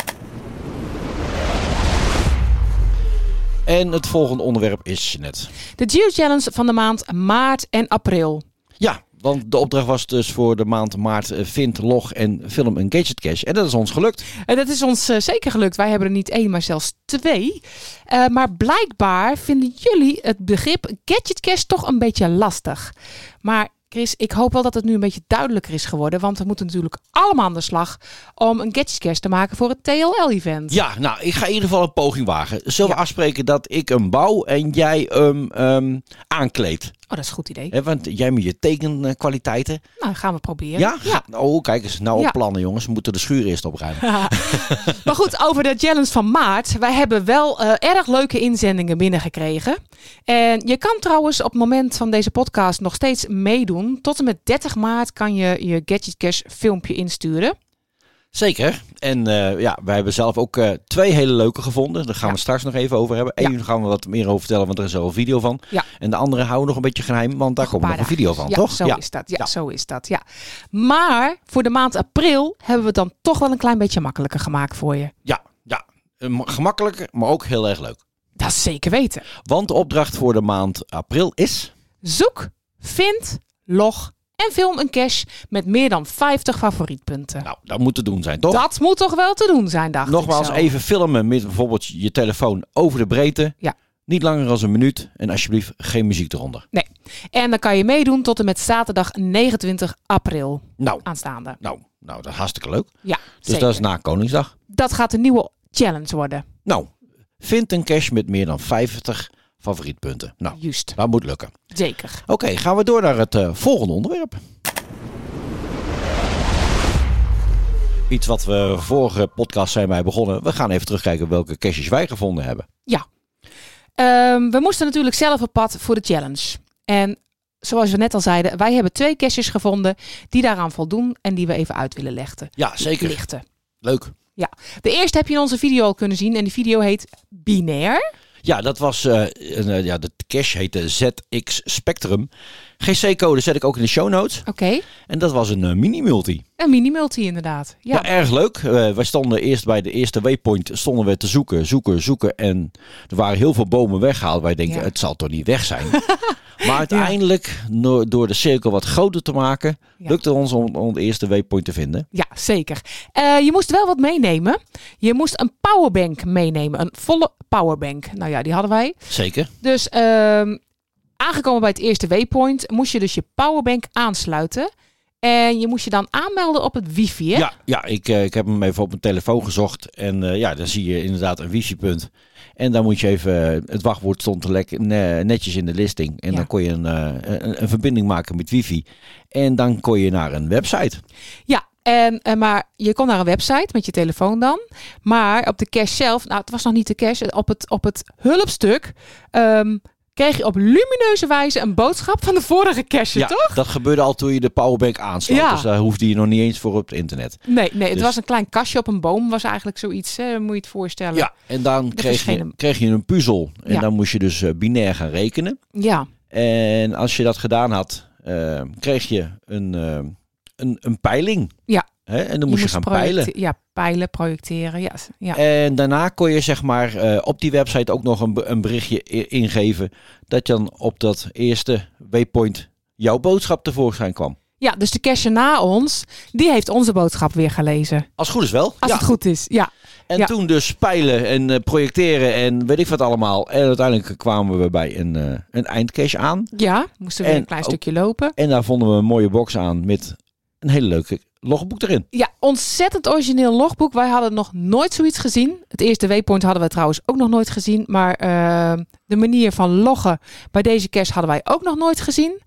[SPEAKER 1] En het volgende onderwerp is net.
[SPEAKER 2] De Geo Challenge van de maand maart en april.
[SPEAKER 1] Ja, want de opdracht was dus voor de maand maart eh, vind, log en film een gadget cash. En dat is ons gelukt.
[SPEAKER 2] En dat is ons eh, zeker gelukt. Wij hebben er niet één, maar zelfs twee. Eh, maar blijkbaar vinden jullie het begrip gadget cash toch een beetje lastig. Maar Chris, ik hoop wel dat het nu een beetje duidelijker is geworden. Want we moeten natuurlijk allemaal aan de slag om een gadget cash te maken voor het TLL-event.
[SPEAKER 1] Ja, nou, ik ga in ieder geval een poging wagen. Zullen we afspreken dat ik hem bouw en jij hem ehm, aankleedt?
[SPEAKER 2] Oh, dat is een goed idee.
[SPEAKER 1] Hè, want jij met je tekenkwaliteiten.
[SPEAKER 2] Nou, gaan we proberen.
[SPEAKER 1] Ja? Oh, kijk eens. Nou, op
[SPEAKER 2] Ja.
[SPEAKER 1] plannen, jongens. We moeten de schuur eerst opruimen.
[SPEAKER 2] Maar goed, over de challenge van maart. Wij hebben wel eh, erg leuke inzendingen binnengekregen. En je kan trouwens op het moment van deze podcast nog steeds meedoen. Tot en met 30 maart kan je je Gadget Cash filmpje insturen.
[SPEAKER 1] Zeker. En eh, ja, wij hebben zelf ook eh, twee hele leuke gevonden. Daar gaan we straks nog even over hebben.
[SPEAKER 2] Ja.
[SPEAKER 1] Eén gaan we wat meer over vertellen, want er is al een video van.
[SPEAKER 2] Ja.
[SPEAKER 1] En de andere houden we nog een beetje geheim, want daar
[SPEAKER 2] Nog
[SPEAKER 1] komt nog een
[SPEAKER 2] paar
[SPEAKER 1] video van,
[SPEAKER 2] dagen. ja,
[SPEAKER 1] toch?
[SPEAKER 2] Zo is dat. Ja,
[SPEAKER 1] Ja.
[SPEAKER 2] zo is dat. Ja. Maar voor de maand april hebben we het dan toch wel een klein beetje makkelijker gemaakt voor je.
[SPEAKER 1] Ja, ja. Eh, ma- Gemakkelijk, maar ook heel erg leuk.
[SPEAKER 2] Dat is zeker weten.
[SPEAKER 1] Want de opdracht voor de maand april is...
[SPEAKER 2] Zoek, vind, log en film een cash met meer dan 50 favorietpunten.
[SPEAKER 1] Nou, dat moet te doen zijn, toch?
[SPEAKER 2] Dat moet toch wel te doen zijn, dacht
[SPEAKER 1] Nogmaals,
[SPEAKER 2] ik zo.
[SPEAKER 1] even filmen met bijvoorbeeld je telefoon over de breedte.
[SPEAKER 2] Ja.
[SPEAKER 1] Niet langer dan een minuut. En alsjeblieft geen muziek eronder.
[SPEAKER 2] Nee. En dan kan je meedoen tot en met zaterdag 29 april
[SPEAKER 1] Nou,
[SPEAKER 2] aanstaande.
[SPEAKER 1] nou, nou dat is hartstikke leuk.
[SPEAKER 2] Ja,
[SPEAKER 1] Dus
[SPEAKER 2] zeker.
[SPEAKER 1] dat
[SPEAKER 2] dat,
[SPEAKER 1] is na Koningsdag.
[SPEAKER 2] gaat een nieuwe challenge worden.
[SPEAKER 1] Nou, vind een cash met meer dan 50 favorietpunten. Nou,
[SPEAKER 2] Juist,
[SPEAKER 1] dat moet lukken.
[SPEAKER 2] zeker.
[SPEAKER 1] Oké, gaan we door naar het eh, volgende onderwerp. Iets wat we vorige podcast zijn wij begonnen. We gaan even terugkijken welke caches wij gevonden hebben.
[SPEAKER 2] Ja. Ehm, we moesten natuurlijk zelf op pad voor de challenge. En zoals we net al zeiden, wij hebben twee caches gevonden die daaraan voldoen en die we even uit willen lichten.
[SPEAKER 1] Ja, zeker.
[SPEAKER 2] lichten.
[SPEAKER 1] Leuk.
[SPEAKER 2] De eerste heb je in onze video al kunnen zien en die video heet Binair.
[SPEAKER 1] Ja, dat was. eh, een, eh, ja, de cache heette ZX Spectrum. GC-code zet ik ook in de show notes.
[SPEAKER 2] Oké,
[SPEAKER 1] En dat was een eh, mini-multi.
[SPEAKER 2] een mini-multi inderdaad.
[SPEAKER 1] Ja.
[SPEAKER 2] Ja.
[SPEAKER 1] erg leuk. Eh wij stonden eerst bij de eerste waypoint stonden we te zoeken, zoeken, zoeken. En er waren heel veel bomen weggehaald. Wij denken,
[SPEAKER 2] Ja.
[SPEAKER 1] het zal toch niet weg zijn. maar uiteindelijk, no- door de cirkel wat groter te maken,
[SPEAKER 2] Ja.
[SPEAKER 1] lukte ons om, om de eerste waypoint te vinden.
[SPEAKER 2] Ja, zeker. Eh, je moest wel wat meenemen. Je moest een powerbank meenemen. Een volle powerbank. Nou ja, die hadden wij.
[SPEAKER 1] Zeker.
[SPEAKER 2] Dus ehm, aangekomen bij het eerste waypoint moest je dus je powerbank aansluiten. En je moest je dan aanmelden op het wifi. Hè?
[SPEAKER 1] Ja, ja ik, eh, ik heb hem even op mijn telefoon gezocht. En eh, ja, dan zie je inderdaad een wifi-punt. En dan moet je even... eh, het wachtwoord stond lekker ne- netjes in de listing. En
[SPEAKER 2] Ja.
[SPEAKER 1] dan kon je een, eh, een, een verbinding maken met wifi. En dan kon je naar een website.
[SPEAKER 2] Ja, en, eh, maar je kon naar een website met je telefoon dan. Maar op de cache zelf, nou het was nog niet de cache, op het, op het hulpstuk ehm, kreeg je op lumineuze wijze een boodschap van de vorige cache,
[SPEAKER 1] ja,
[SPEAKER 2] toch?
[SPEAKER 1] dat gebeurde al toen je de powerbank aansloot.
[SPEAKER 2] Ja.
[SPEAKER 1] Dus daar hoefde je nog niet eens voor op het internet.
[SPEAKER 2] Nee, nee het
[SPEAKER 1] Dus-
[SPEAKER 2] was een klein kastje op een boom, was eigenlijk zoiets, hè, moet je het voorstellen.
[SPEAKER 1] Ja, en dan
[SPEAKER 2] Dat
[SPEAKER 1] kreeg
[SPEAKER 2] is
[SPEAKER 1] je,
[SPEAKER 2] geen-
[SPEAKER 1] kreeg je een puzzel. En
[SPEAKER 2] Ja.
[SPEAKER 1] dan moest je dus eh, binair gaan rekenen.
[SPEAKER 2] Ja,
[SPEAKER 1] En als je dat gedaan had, eh, kreeg je een, eh, een, een peiling.
[SPEAKER 2] Ja.
[SPEAKER 1] Hè? En dan moest je,
[SPEAKER 2] moest
[SPEAKER 1] gaan
[SPEAKER 2] projecte-
[SPEAKER 1] peilen.
[SPEAKER 2] Ja, peilen, projecteren, ja. s- ja.
[SPEAKER 1] En daarna kon je zeg maar eh, op die website ook nog een, be- een berichtje i- ingeven. Dat je dan op dat eerste waypoint jouw boodschap tevoorschijn kwam.
[SPEAKER 2] ja, dus de cache na ons, die heeft onze boodschap weer gelezen.
[SPEAKER 1] Als het goed is wel.
[SPEAKER 2] Als
[SPEAKER 1] ja.
[SPEAKER 2] het goed is, ja.
[SPEAKER 1] En
[SPEAKER 2] ja.
[SPEAKER 1] toen dus peilen en eh, projecteren en weet ik wat allemaal. En uiteindelijk kwamen we bij een, eh een eindcache aan.
[SPEAKER 2] Ja, moesten we weer
[SPEAKER 1] En
[SPEAKER 2] een klein
[SPEAKER 1] ook-
[SPEAKER 2] stukje lopen.
[SPEAKER 1] En daar vonden we een mooie box aan met een hele leuke logboek erin.
[SPEAKER 2] Ja, ontzettend origineel logboek. Wij hadden nog nooit zoiets gezien. Het eerste waypoint hadden we trouwens ook nog nooit gezien. Maar eh, de manier van loggen bij deze cache hadden wij ook nog nooit gezien.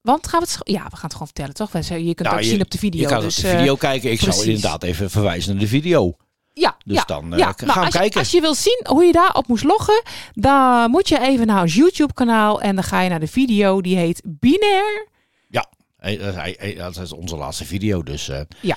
[SPEAKER 2] Want gaan we het... sch- Ja, we gaan het gewoon vertellen, toch? Wij zeggen, Je kunt het
[SPEAKER 1] Ja,
[SPEAKER 2] ook
[SPEAKER 1] Nou, je-
[SPEAKER 2] zien op de video.
[SPEAKER 1] je kan
[SPEAKER 2] dus,
[SPEAKER 1] op de
[SPEAKER 2] eh,
[SPEAKER 1] video kijken. Ik zou
[SPEAKER 2] precies.
[SPEAKER 1] inderdaad even verwijzen naar de video.
[SPEAKER 2] ja,
[SPEAKER 1] Dus
[SPEAKER 2] ja.
[SPEAKER 1] dan eh,
[SPEAKER 2] Ja,
[SPEAKER 1] gaan
[SPEAKER 2] nou,
[SPEAKER 1] we
[SPEAKER 2] als, je,
[SPEAKER 1] kijken.
[SPEAKER 2] als je wil zien hoe je daarop moest loggen, dan moet je even naar ons YouTube-kanaal en dan ga je naar de video die heet Binair.
[SPEAKER 1] Hey, dat, hij- hey, dat is onze laatste video, dus... eh.
[SPEAKER 2] Ja.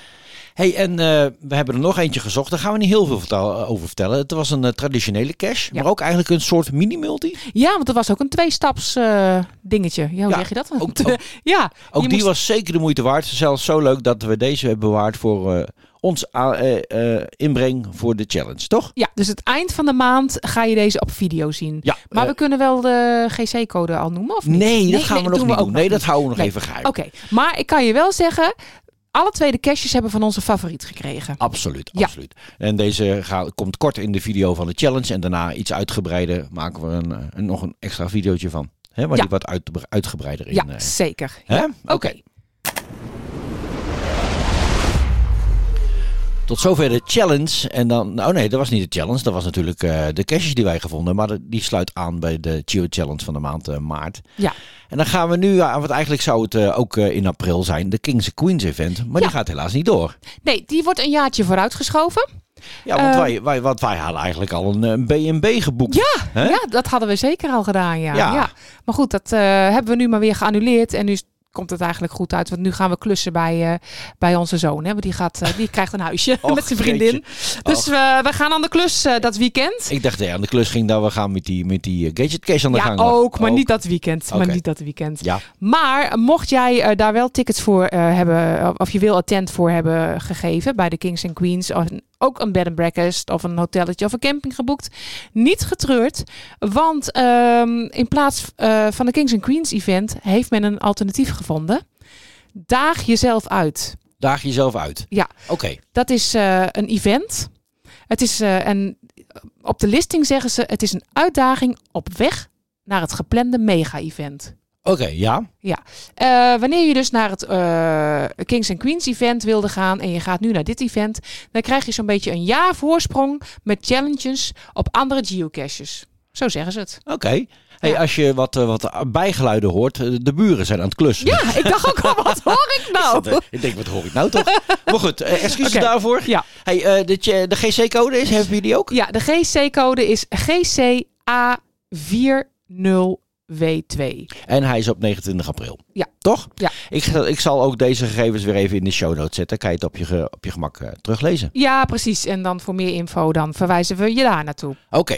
[SPEAKER 1] Hey, en eh, we hebben er nog eentje gezocht. Daar gaan we niet heel veel vertel- over vertellen. Het was een eh, traditionele cache,
[SPEAKER 2] Ja.
[SPEAKER 1] maar ook eigenlijk een soort mini-multi.
[SPEAKER 2] Ja, want dat was ook een twee-staps eh, dingetje. Ja, hoe
[SPEAKER 1] Ja,
[SPEAKER 2] zeg je dat?
[SPEAKER 1] ook- ook-
[SPEAKER 2] ja,
[SPEAKER 1] Ook
[SPEAKER 2] je
[SPEAKER 1] die
[SPEAKER 2] moest-
[SPEAKER 1] was zeker de moeite waard. Zelfs zo leuk dat we deze hebben bewaard voor eh, ons a- eh, eh, inbreng voor de challenge, toch?
[SPEAKER 2] ja, dus het eind van de maand ga je deze op video zien.
[SPEAKER 1] Ja.
[SPEAKER 2] Maar
[SPEAKER 1] eh,
[SPEAKER 2] we kunnen wel de GC-code al noemen, of niet?
[SPEAKER 1] nee, dat gaan we nog
[SPEAKER 2] doen
[SPEAKER 1] niet doen.
[SPEAKER 2] ook
[SPEAKER 1] Nee, dat houden we nog
[SPEAKER 2] Nee.
[SPEAKER 1] even geheim.
[SPEAKER 2] Oké, maar ik kan je wel zeggen, alle twee de caches hebben van onze favoriet gekregen.
[SPEAKER 1] Absoluut,
[SPEAKER 2] Ja.
[SPEAKER 1] absoluut. En deze ga- komt kort in de video van de challenge. En daarna iets uitgebreider maken we een, eh, een, nog een extra videootje van. Hè, waar
[SPEAKER 2] Ja.
[SPEAKER 1] die wat uit, uitgebreider in...
[SPEAKER 2] ja,
[SPEAKER 1] eh,
[SPEAKER 2] zeker.
[SPEAKER 1] hè?
[SPEAKER 2] Oké.
[SPEAKER 1] Tot zover de challenge. En dan, nou nee, dat was niet de challenge. Dat was natuurlijk eh, de caches die wij gevonden. Maar de- die sluit aan bij de Geo Challenge van de maand eh, maart.
[SPEAKER 2] Ja.
[SPEAKER 1] En dan gaan we nu, aan want eigenlijk zou het eh, ook eh, in april zijn, de Kings and Queens event. Maar
[SPEAKER 2] Ja.
[SPEAKER 1] die gaat helaas niet door.
[SPEAKER 2] Nee, die wordt een jaartje vooruitgeschoven.
[SPEAKER 1] Ja, want
[SPEAKER 2] Eh.
[SPEAKER 1] wij, wij, want wij hadden eigenlijk al een, eh, een B&B geboekt. Ja, Hè?
[SPEAKER 2] Ja, dat hadden we zeker al gedaan, ja.
[SPEAKER 1] Ja.
[SPEAKER 2] ja. Maar goed, dat eh, hebben we nu maar weer geannuleerd. En nu is- komt het eigenlijk goed uit. Want nu gaan we klussen bij, eh, bij onze zoon. Hè? Want die, gaat, eh, die krijgt een huisje
[SPEAKER 1] Och,
[SPEAKER 2] met zijn vriendin. Dus we, we gaan aan de klus eh, dat weekend.
[SPEAKER 1] Ik dacht, ja, aan de klus ging dat we gaan met die, met die eh, gadget cache aan de
[SPEAKER 2] Ja,
[SPEAKER 1] gang.
[SPEAKER 2] ook, maar
[SPEAKER 1] Ook.
[SPEAKER 2] niet dat weekend.
[SPEAKER 1] Oké.
[SPEAKER 2] Maar niet dat weekend.
[SPEAKER 1] Ja,
[SPEAKER 2] Maar mocht jij eh, daar wel tickets voor eh, hebben, of- of je wil attent voor hebben gegeven bij de Kings and Queens, of een- ook een bed and breakfast of een hotelletje of een camping geboekt, niet getreurd. Want ehm, in plaats eh, van de Kings and Queens event heeft men een alternatief gevonden. Daag jezelf uit.
[SPEAKER 1] daag jezelf uit.
[SPEAKER 2] Ja.
[SPEAKER 1] Oké,
[SPEAKER 2] Dat is eh, een event. Het is eh, een, op de listing zeggen ze, het is een uitdaging op weg naar het geplande mega-event.
[SPEAKER 1] oké, ja.
[SPEAKER 2] Eh, wanneer je dus naar het eh, Kings and Queens event wilde gaan en je gaat nu naar dit event, dan krijg je zo'n beetje een jaar voorsprong met challenges op andere geocaches. Zo zeggen ze het.
[SPEAKER 1] Oké. Hey,
[SPEAKER 2] Ja.
[SPEAKER 1] Als je wat, eh, wat bijgeluiden hoort, eh, de buren zijn aan het klussen.
[SPEAKER 2] Ja, ik dacht ook al, wat hoor ik
[SPEAKER 1] Dat, eh,
[SPEAKER 2] nou?
[SPEAKER 1] ik denk, wat hoor ik nou toch? maar goed, eh, excuses
[SPEAKER 2] Oké.
[SPEAKER 1] daarvoor.
[SPEAKER 2] Ja.
[SPEAKER 1] Hey, eh, de, ch- de GC-code is, hebben jullie die ook?
[SPEAKER 2] Ja, de GC-code is GCA40W2.
[SPEAKER 1] En hij is op 29 april.
[SPEAKER 2] Ja.
[SPEAKER 1] Toch?
[SPEAKER 2] Ja.
[SPEAKER 1] Ik, zal- ik zal ook deze gegevens weer even in de show notes zetten. Kan je het op je, ge- op je gemak eh, teruglezen.
[SPEAKER 2] Ja, precies. En dan voor meer info, dan verwijzen we je daar naartoe.
[SPEAKER 1] Oké.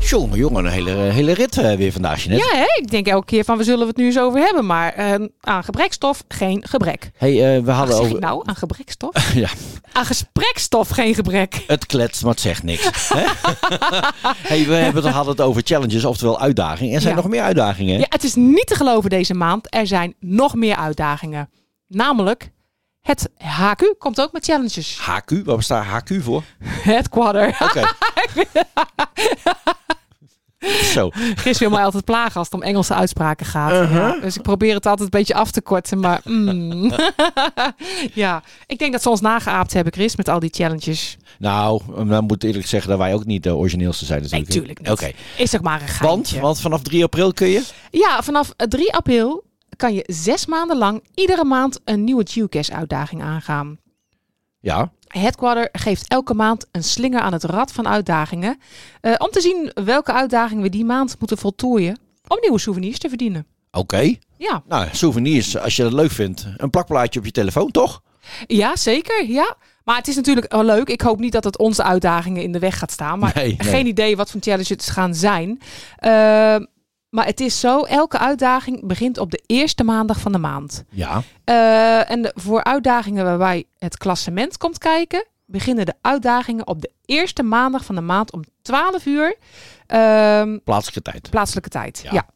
[SPEAKER 1] Jongen, jongen, een hele, hele rit eh, weer vandaag, Jeanette.
[SPEAKER 2] Ja, hè? ik denk elke keer van, we zullen we het nu eens over hebben. Maar eh, aan gebrekstof geen gebrek.
[SPEAKER 1] Hey, eh, we hadden
[SPEAKER 2] Wat zeg
[SPEAKER 1] over...
[SPEAKER 2] ik nou? Aan gebrekstof?
[SPEAKER 1] Ja.
[SPEAKER 2] Aan gesprekstof geen gebrek.
[SPEAKER 1] Het kletst, maar het zegt niks. hè? hey, we hebben het, hadden het over challenges, oftewel uitdagingen. Er zijn
[SPEAKER 2] Ja.
[SPEAKER 1] nog meer uitdagingen. hè?
[SPEAKER 2] Ja, het is niet te geloven deze maand. Er zijn nog meer uitdagingen. Namelijk, het HQ komt ook met challenges.
[SPEAKER 1] HQ, waar staat HQ voor?
[SPEAKER 2] Het quarter.
[SPEAKER 1] Oké. Zo.
[SPEAKER 2] Chris wil mij altijd plagen als het om Engelse uitspraken gaat. Ja, dus ik probeer het altijd een beetje af te korten. Maar mm. ja, ik denk dat ze ons nageaapt hebben, Chris, met al die challenges.
[SPEAKER 1] Nou, dan moet ik eerlijk zeggen dat wij ook niet de origineelste zijn
[SPEAKER 2] Nee,
[SPEAKER 1] natuurlijk.
[SPEAKER 2] tuurlijk niet.
[SPEAKER 1] Oké.
[SPEAKER 2] Is er maar een
[SPEAKER 1] Want,
[SPEAKER 2] geintje.
[SPEAKER 1] want vanaf 3 april kun je...
[SPEAKER 2] Ja, vanaf eh, 3 april kan je zes maanden lang iedere maand een nieuwe geocache-uitdaging aangaan.
[SPEAKER 1] Ja.
[SPEAKER 2] Headquarter geeft elke maand een slinger aan het rad van uitdagingen. eh, om te zien welke uitdagingen we die maand moeten voltooien om nieuwe souvenirs te verdienen.
[SPEAKER 1] Oké.
[SPEAKER 2] Ja,
[SPEAKER 1] Nou, souvenirs, als je dat leuk vindt. Een plakplaatje op je telefoon, toch?
[SPEAKER 2] ja zeker. Ja. Maar het is natuurlijk wel leuk. Ik hoop niet dat het onze uitdagingen in de weg gaat staan. Maar
[SPEAKER 1] Nee, nee.
[SPEAKER 2] geen idee wat voor challenge het gaan zijn. Eh, maar het is zo, elke uitdaging begint op de eerste maandag van de maand.
[SPEAKER 1] Ja.
[SPEAKER 2] Eh, en de- voor uitdagingen waarbij het klassement komt kijken, beginnen de uitdagingen op de eerste maandag van de maand om 12 uur ehm,
[SPEAKER 1] Plaatselijke tijd.
[SPEAKER 2] plaatselijke tijd.
[SPEAKER 1] Ja.
[SPEAKER 2] Ja.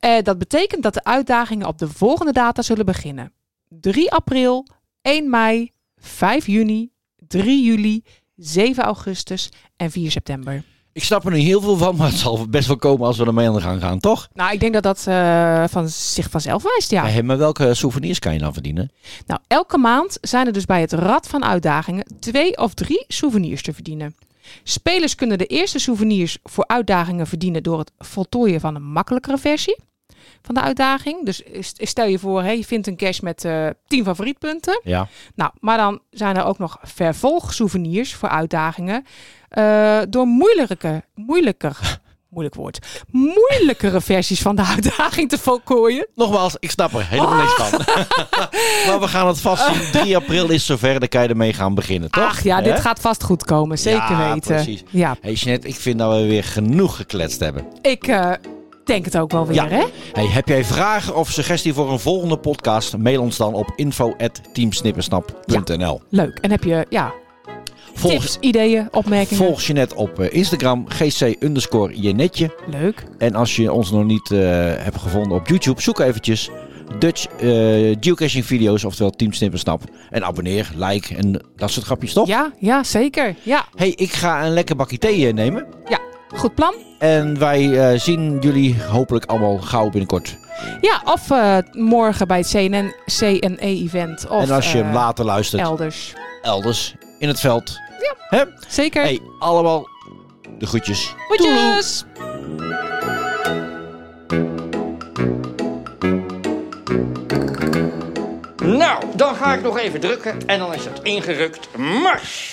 [SPEAKER 2] Eh, dat betekent dat de uitdagingen op de volgende data zullen beginnen: 3 april, 1 mei, 5 juni, 3 juli, 7 augustus en 4 september.
[SPEAKER 1] Ik snap er nu heel veel van, maar het zal best wel komen als we ermee aan de gang gaan, toch?
[SPEAKER 2] Nou, ik denk dat dat eh, van zich vanzelf wijst, ja.
[SPEAKER 1] Ja. Hey, maar welke souvenirs kan je dan verdienen?
[SPEAKER 2] Nou, elke maand zijn er dus bij het Rad van Uitdagingen twee of drie souvenirs te verdienen. Spelers kunnen de eerste souvenirs voor uitdagingen verdienen door het voltooien van een makkelijkere versie van de uitdaging. Dus st- stel je voor, hè, je vindt een cash met eh 10 favorietpunten.
[SPEAKER 1] Ja.
[SPEAKER 2] Nou, maar dan zijn er ook nog vervolgsouvenirs voor uitdagingen eh, door moeilijke, moeilijker, moeilijk woord, moeilijkere versies van de uitdaging te voltooien.
[SPEAKER 1] Nogmaals, ik snap er helemaal niks van. maar we gaan het vast zien. 3 april is zover, dan kan je ermee gaan beginnen, toch?
[SPEAKER 2] Ach ja,
[SPEAKER 1] Hè?
[SPEAKER 2] dit gaat vast goed komen. Zeker
[SPEAKER 1] Ja,
[SPEAKER 2] weten.
[SPEAKER 1] precies.
[SPEAKER 2] Ja,
[SPEAKER 1] Hey Jeanette, ik vind dat we weer genoeg gekletst hebben.
[SPEAKER 2] ik eh, denk het ook wel weer,
[SPEAKER 1] Ja.
[SPEAKER 2] hè?
[SPEAKER 1] Hey, heb jij vragen of suggestie voor een volgende podcast? Mail ons dan op info.teamsnippersnap.nl
[SPEAKER 2] Leuk. En heb je ja,
[SPEAKER 1] Volg,
[SPEAKER 2] tips, ideeën, opmerkingen?
[SPEAKER 1] volg Jeanette op eh, Instagram, gc underscore Jeannetje.
[SPEAKER 2] Leuk.
[SPEAKER 1] En als je ons nog niet eh, hebt gevonden op YouTube, zoek eventjes Dutch eh, geocaching video's, oftewel Team Snippersnap. En abonneer, like en dat soort grapjes, toch?
[SPEAKER 2] Ja, ja, zeker. Ja,
[SPEAKER 1] Hey, ik ga een lekker bakje thee eh, nemen.
[SPEAKER 2] goed plan.
[SPEAKER 1] En wij eh, zien jullie hopelijk allemaal gauw binnenkort.
[SPEAKER 2] Ja, of eh, morgen bij het CNN, CNE-event. Of
[SPEAKER 1] en als je hem
[SPEAKER 2] eh,
[SPEAKER 1] later luistert,
[SPEAKER 2] elders.
[SPEAKER 1] elders in het veld. Hè?
[SPEAKER 2] Zeker.
[SPEAKER 1] Hey, allemaal de groetjes.
[SPEAKER 2] Goedjes.
[SPEAKER 4] Nou, dan ga ik nog even drukken en dan is het ingerukt. Mars!